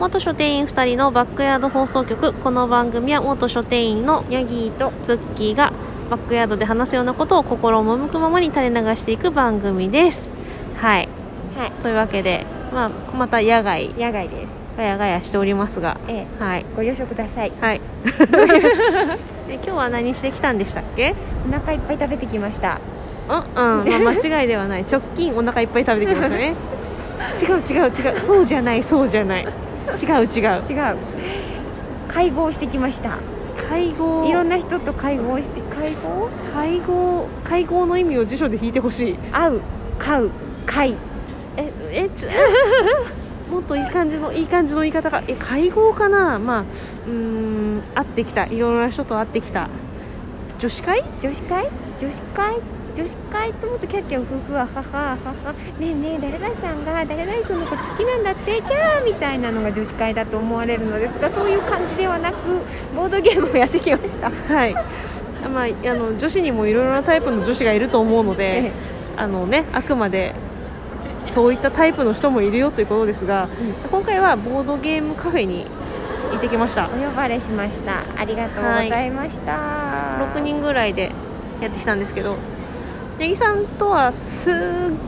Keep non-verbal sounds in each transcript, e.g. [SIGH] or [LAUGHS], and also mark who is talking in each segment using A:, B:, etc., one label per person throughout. A: 元書店員2人のバックヤード放送局この番組は元書店員の
B: ヤギーと
A: ズッキーがバックヤードで話すようなことを心赴くままに垂れ流していく番組ですはい
B: はい
A: というわけで、まあ、また野外
B: 野外です
A: ガヤガヤしておりますが
B: ええ
A: はい
B: ご了承ください
A: [LAUGHS] はいで今日は何してきたんでしたっけ
B: お腹いっぱい食べてきました
A: うん、うんまあ、間違いではない直近お腹いっぱい食べてきました
B: [LAUGHS]
A: ね違う違う違うそうじゃないそうじゃない違う違う
B: 違う会合してきました
A: 会合
B: いろんな人と会合して会合
A: 会合会合の意味を辞書で引いてほしい
B: 会う買う会
A: ええちょ [LAUGHS] もっといい感じのいい感じの言い方がえ会合かなまあうーん会ってきたいろんな人と会ってきた女子会
B: 女子会女子会女子会ってもっとキャッキャウフフはははははねえねえ誰々さんが誰々君のこと好きなんだってキャーみたいなのが女子会だと思われるのですがそういう感じではなくボードゲームをやってきました
A: はいまああの女子にもいろいろなタイプの女子がいると思うので、あのねあくまでそういったタイプの人もいるよということですが、今回はボードゲームカフェに行ってきました
B: お呼ばれしましたありがとうございました、
A: 6人ぐらいでやってきたんですけど八木さんとはすっ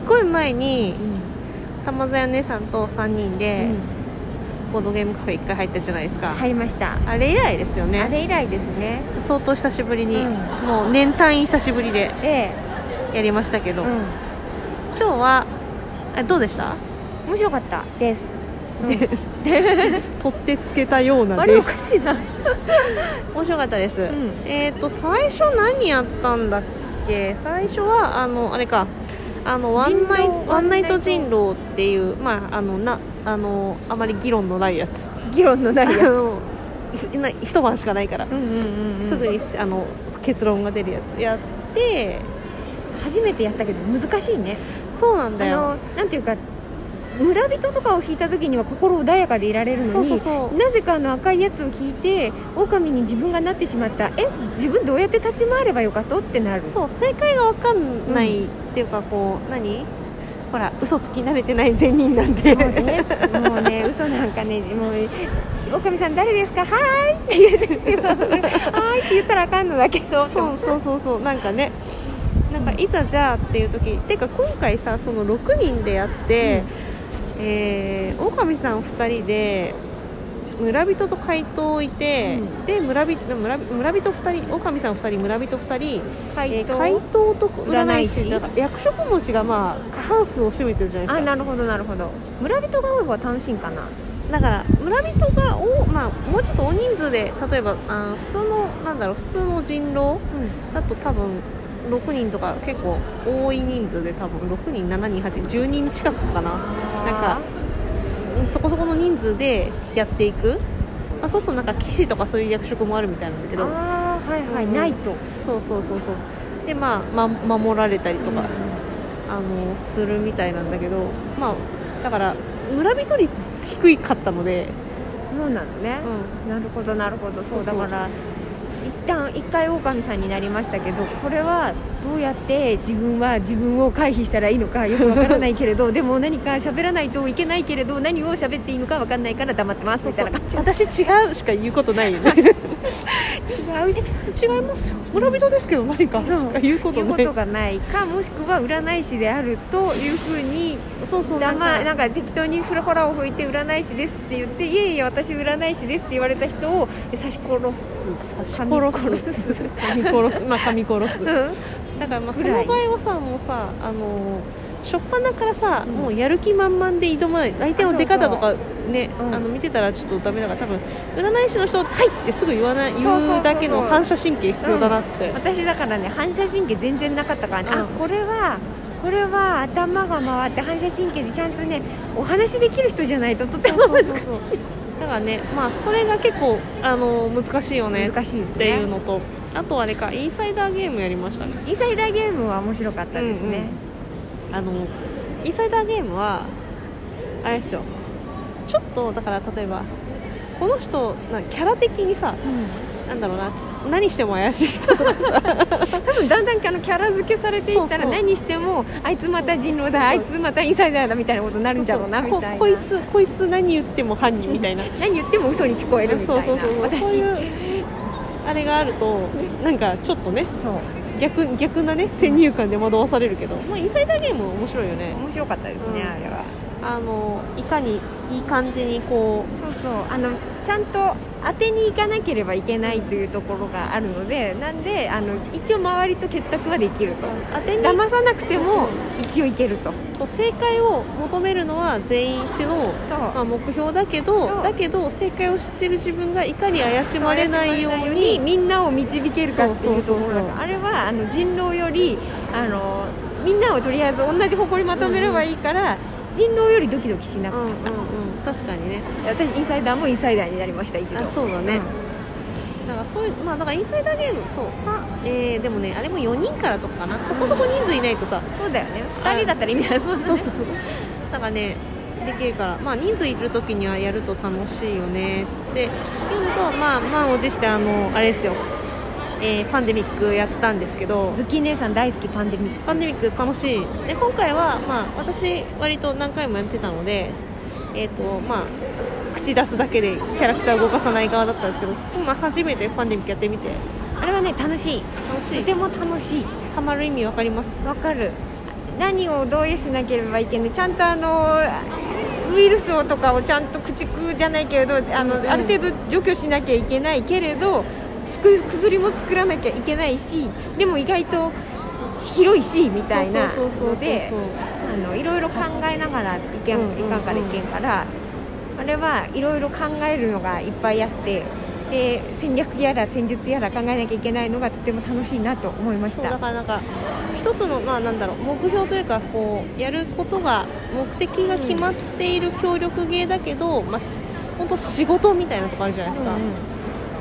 A: ごい前に玉座屋姉さんと3人
B: う
A: で
B: ん
A: ボードゲームカフェ1回入ったじゃないですか、
B: 入りました、
A: あれ以来ですよ
B: あ
A: ね
B: れ以来ですね
A: 相当久しぶりに、
B: うん
A: もう年単位久しぶりで
B: え
A: やりましたけ
B: え
A: ど、
B: うん
A: 今日はえどうでした
B: 面白かったです、うん
A: 取ってつけたような
B: あれ
A: で
B: お
A: す
B: かしいな、
A: 面白かったです、
B: ん
A: えっ、と最初何やったんだっけ最初はあのあれかあのワンナイ
B: 人狼
A: ワンナイ
B: ワン
A: ト
B: ナイト
A: 人狼っていうまああのなあのあまり議論のないやつ
B: 議論のない
A: [LAUGHS]
B: や
A: あのい [LAUGHS] な一晩しかないから、
B: うんうんうんうん
A: すぐにあの結論が出るやつやって
B: 初めてやったけど難しいね
A: そうなん
B: あ
A: だよ
B: のなんていうか村人とかを引いた時には心穏やかでいられるのに
A: そうそうそう
B: なぜかあの赤いやつを引いて狼に自分がなってしまったえ自分どうやって立ち回ればよかとってなる
A: そう正解が分かんない、っていうかこう何ほら嘘つき慣れてない善人なんで
B: もうね、もうね、嘘なんかね、もう。おかみさん誰ですか、はーいって言ってしまう。はーいって言ったらあかんのだけど。
A: そうそうそうそうなんかねなんかいざじゃあっていう時てか今回さその6人でやって、えー、狼さん2人で村人と怪盗いて、
B: うん
A: で村人村村人2人狼さん2人村人2人え
B: 回
A: ー
B: 答。
A: 怪盗と占い師
B: 占い師
A: だから役職持ちがまあ過半数を占めてるじゃない
B: あ、
A: ですか
B: なるほど、なるほど。村人が多い方が楽しいんかな。
A: だから村人がお、まあ、もうちょっと大人数で例えばあー普通のなんだろう普通の人狼だと多分6人とか結構多い人数で多分6人7人8人10人近くかななんかそこそこの人数でやっていく、まあ、そうするとなんか騎士とかそういう役職もあるみたいなんだけど
B: あー、はいはい、
A: うん
B: ないと。
A: そうそうそうそうでまあ、ま、守られたりとか、あのするみたいなんだけどまあだから村人率低かったので、
B: そうなのね
A: う。ん、
B: なるほど、なるほど、そう
A: そ
B: だ
A: うそう
B: から。一旦一回狼さんになりましたけどこれはどうやって自分は自分を回避したらいいのかよくわからないけ
A: [LAUGHS]
B: れどでも何か喋らないといけないけれど何を喋っていいのかわかんないから黙ってます
A: そう
B: み
A: そ
B: たいうな感じ
A: 私違うしか言うことないよね
B: [LAUGHS] 違うし
A: 違いますよ村人ですけど何かし
B: そう
A: か言うこ
B: 言
A: と
B: う
A: な
B: こ
A: い
B: とがないかもしくは占い師であるというふうに
A: そうそう
B: だ
A: な
B: ま
A: んか
B: なんか適当にフラフラを吹いて占い師ですって言っていえいえ私占い師ですって言われた人を刺し殺す
A: 刺し殺す
B: 噛み殺す [LAUGHS]
A: 噛み殺すまあ噛み殺す
B: う
A: だ
B: ん
A: からまあそ
B: ぐら
A: の
B: い
A: 場合はさもうさあの初っ端からさ、
B: うん
A: もうやる気満々で挑まない相手の出方とかね
B: そうそううん
A: あの見てたらちょっとダメだから多分占い師の人って「はい!」ってすぐ言わない
B: そうそうそうそう
A: 言うだけの反射神経必要だなって、
B: 私だからね反射神経全然なかったからね、
A: うん
B: あこれはこれは頭が回って反射神経でちゃんとねお話できる人じゃないととて
A: そう
B: も
A: そうそうそうだからねまあそれが結構あの難しいよねっ
B: 難しいです
A: ていう
B: ね
A: のとあとあれかインサイダーゲームやりましたね
B: インサイダーゲームは面白かったですね、
A: あのインサイダーゲームはあれですよちょっとだから例えばこの人なキャラ的にさ
B: うん
A: なんだろうな何しても怪しい人とかさ
B: 多分だんだんあのキャラ付けされていったら
A: そうそう
B: 何してもあいつまた人狼だあいつまたインサイダーだみたいなことになるんじゃろうなみたいな
A: ここいつこいつ何言っても犯人みたいな
B: 何言っても嘘に聞こえるみたいな
A: そうそうそうそう
B: 私
A: いうあれがあるとなんかちょっとね
B: そう
A: 逆逆なね先入観で惑わされるけど、まあ、インサイダーゲーム面白いよね
B: 面白かったですね、
A: うん
B: あれは
A: あのいかにいい感じにこ
B: そうそうあのちゃんと当てに行かなければいけないというところがあるのでなんであの一応周りと結託はできる
A: う
B: と
A: 当てに
B: 騙さなくて
A: そう
B: も一応いけると
A: こう正解を求めるのは全員一致の、
B: そう
A: まあ、目標だけど
B: そう
A: だけど正解を知ってる自分がいかに怪しまれないように
B: みんなを導けるかっていうと
A: そう
B: ころだ
A: そうそう
B: か
A: そう
B: らあれはあの人狼よりあのみんなをとりあえず同じ方向にまとめればいいから、人狼よりドキドキしな
A: う
B: く
A: んうんうん確かにね
B: 私インサイダーもインサイダーになりました一度
A: あそうだね、だからそういうまあだからインサイダーゲームそうさ、えーでもねあれも4人からとかかなそこそこ人数いないとさ、
B: うんそうだよね2人だったら意味あります
A: そうそうそうだからねできるからまあ人数いる時にはやると楽しいよねっていうのとまあ満を持してあのあれですよ、えーパンデミックやったんですけど
B: ズッキー姉さん大好きパンデミック
A: パンデミック楽しいで今回は、まあ、私割と何回もやってたので、えーとまあ、口出すだけでキャラクター動かさない側だったんですけど今初めてパンデミックやってみて
B: あれはね楽しい
A: 楽し
B: と
A: い
B: ても楽しい
A: ハマる意味わかります
B: わかる何をどういうしなければいけないちゃんとあのウイルスをとかをちゃんと駆逐じゃないけれどあの、
A: うん
B: ある程度除去しなきゃいけないけれどつく薬も作らなきゃいけないしでも意外と広いしみたいな
A: そうそうそうそ
B: の
A: うそう
B: であのいろいろ考えながらいけん、
A: うんうんうん
B: いかんからいけんからあれはいろいろ考えるのがいっぱいあってで戦略やら戦術やら考えなきゃいけないのがとても楽しいなと思いまし
A: そう
B: た。
A: だからなんか一つのまあなんだろう目標というかこうやることが目的が決まっている協力芸だけど、まあし本当仕事みたいなとこあるじゃないですか、
B: うんうん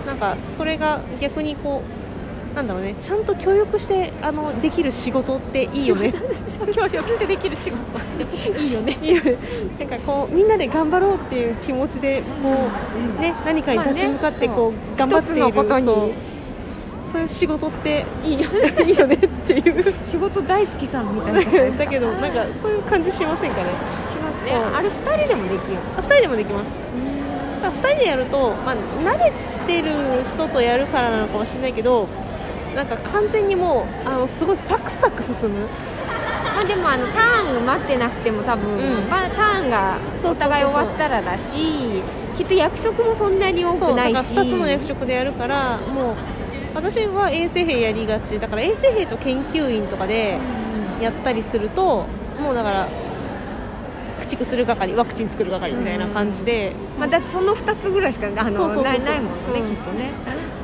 A: なんかそれが逆にこうなんだろうねちゃんと協力してあのできる仕事っていいよね
B: 協力してできる仕事っていいよね。
A: [LAUGHS] いいよねなんかこうみんなで頑張ろうっていう気持ちでこう、ね、何かに立ち向かって
B: まあね
A: こう、頑張っている
B: 一つのことに
A: そうそういう仕事っていいよね
B: [LAUGHS]
A: いいよねっていう
B: 仕事大好きさんみたいな
A: なん
B: じゃ [LAUGHS] ないで
A: か
B: すか。
A: だけどなんかそういう感じしませんかね
B: します
A: ね
B: ね。あれ二人でもできる。
A: 2人でもできますだから2人でやると、まあ、慣れてる人とやるからなのかもしれないけどなんか完全にもうあのすごいサクサク進む
B: まあでもあのターンを待ってなくても多分、
A: うん
B: まあターンが
A: そうそうそうそう
B: お互い終わったらだし、きっと役職もそんなに多
A: そ
B: く
A: うだか
B: な
A: ら
B: いし。
A: 2つの役職でやるからもう私は衛生兵やりがちだから衛生兵と研究員とかで
B: うん
A: やったりするともうだから駆逐する係ワクチン作る係みたいな感じで、
B: まあだってその二つぐらいしかあの
A: そうそうそうそう
B: ないないもんね、
A: うん
B: きっとね。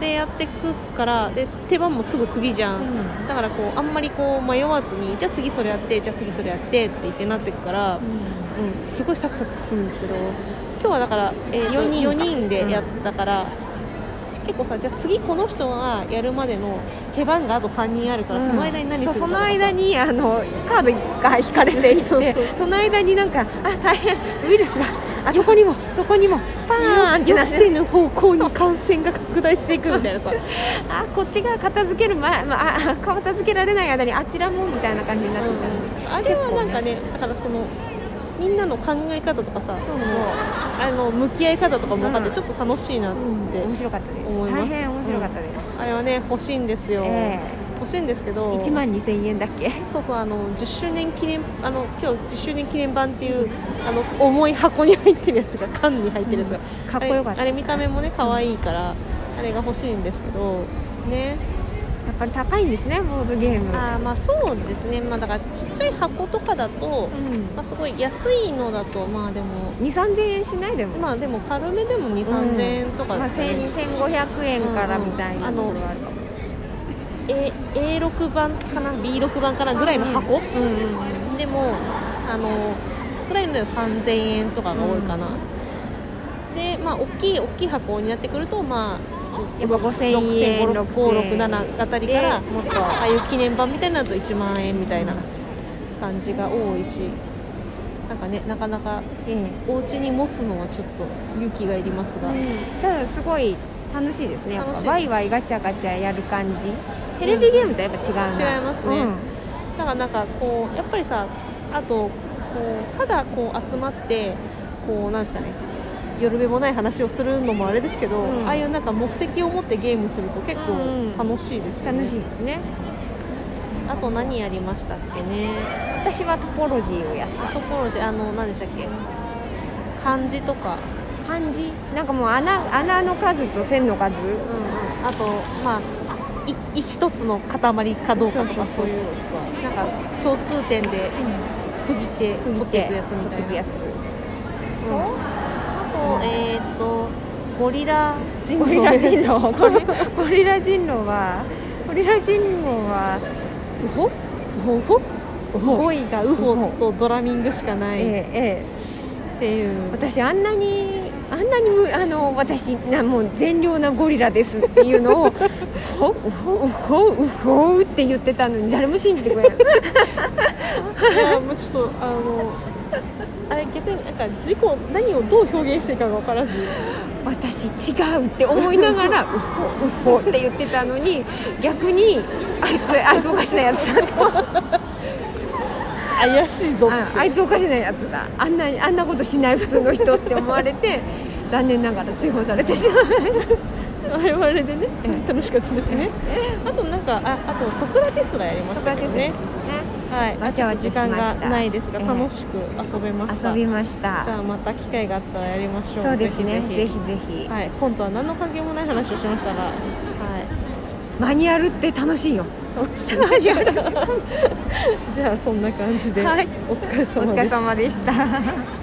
A: でやってくからで手番もすぐ次じゃん、だからこうあんまりこう迷わずにじゃあ次それやってじゃあ次それやってって言ってなっていくから、うん、すごいサクサク進むんですけど今日はだから、えーと
B: 4
A: 4,
B: 人
A: 人でやったから、結構さじゃあ次この人がやるまでの手番があと3人あるから、その間に何する
B: そ
A: か
B: うその間にあのカードが引かれていって
A: そ
B: そう
A: そう
B: の間になんかあ大変ウイルスがあそこにもそこにもパーンって
A: 予
B: な
A: 期
B: っ
A: せ
B: て
A: ぬ方向に感染が拡大していくみたいなさ
B: あこっちが片付ける前、まああ、片付けられない間にあちらもみたいな感じになってたんで、
A: あれはなんかねだからそのみんなの考え方とかさ
B: そうそう
A: のあの向き合い方とかも分かって
B: うん
A: ちょっと楽しいなって、
B: うん面白かったです
A: 思います
B: 大変面白かったです、
A: あれはね欲しいんですよ、
B: え
A: 欲しいんですけ
B: え
A: ど
B: 1万2000円だっけ
A: そうそうあの10周年記念あの今日10周年記念版っていうあの重い箱に入ってるやつが缶に入ってるやつが、
B: かっこよかっ
A: あれ
B: た
A: あ
B: や
A: れ見た目もね可愛いから、あれが欲しいんですけどね
B: っぱり高いんですねボードゲーム
A: あーまあそうですねまあだからちっちゃい箱とかだと、
B: うん
A: まあ、すごい安いのだとまあでも
B: 2 3 0 0円しないでも、
A: まあでも軽めでも2 3 0 0 0円とか
B: まあ、
A: ですね、
B: 1500円からみたいな
A: うん
B: と
A: うん
B: ころはあるかもしれない
A: A- A6 版かな B6 版かなぐらいの箱、
B: うんうんうん
A: でもあのぐらいのだと3000円とかが多いかな、でまあ大きい大きい箱になってくるとまあ
B: やっぱ5000円
A: 6567あたりから
B: でもっと
A: ああいう記念版みたいなのだと1万円みたいな感じが多いしなんかねなかなか
B: え
A: お家に持つのはちょっと勇気がいります
B: え
A: が、
B: ただすごい楽しいですねやっぱ
A: 楽しい
B: ワイワイガチャガチャやる感じテレビゲームとやっぱ違うな、
A: 違いますねだからなんかこうやっぱりさあとこうただこう集まってこうなんですかね夜べもない話をするのもあれですけど、
B: うん
A: ああいうなんか目的を持ってゲームすると結
B: うん
A: 構楽しいです
B: うん
A: よね、
B: 楽しいですね
A: あと何やりましたっけね
B: 私はトポロジーをやった
A: ところであの何でしたっけ漢字とか、
B: 漢字なんかもう穴穴の数と線の数
A: うんうん、あとまあい一つの塊かどうかとかそういう
B: そう
A: なんか共通点で区切って
B: 区
A: 取
B: 切っ
A: ってていくやつみた
B: 取って
A: い
B: く
A: な
B: やつ
A: うん
B: と
A: あと、えーっとゴリラ人
B: ゴ
A: 狼
B: リラ人狼ゴリ [LAUGHS] ゴリラ人狼はゴリラ人狼はウホウホウ [LAUGHS] ホ
A: 5位がウホとドラミングしかな
B: え
A: いっ
B: ええ
A: てい
B: え
A: う、
B: 私あんなにあんなにむあの私なもう善良なゴリラですっていう [LAUGHS] のをウホウホウホウホウって言ってたのに誰も信じてくれない
A: いやもうちょっとあのあれ逆になんか事故何をどう表現していいかが分からず
B: 私違うって思いながらウホウホって言ってたのに逆にあいつあいつおかしなやつだと
A: 怪しいぞっつっ
B: あ
A: て
B: あいつおかしなやつだあんなあんなことしない普通の人って思われ [LAUGHS] て残念ながら追放されてし [LAUGHS] まう
A: 我々でね楽しかったですねあとなんかああとソクラテスラやりましたけどねはい
B: わちゃわちゃ
A: 時間
B: しま
A: が
B: した
A: ないですが
B: ええ
A: 楽しく遊べました
B: 遊びました
A: じゃあまた機会があったらやりましょう
B: そうですねぜひぜひ
A: はい、本とは何の関係もない話をしました
B: [LAUGHS]
A: が、は
B: マニュアルって楽しいよ
A: い、楽しい。 [LAUGHS] じゃあそんな感じで、
B: はい
A: お疲れ
B: お
A: 様
B: 疲
A: で
B: れ
A: した。
B: 様でした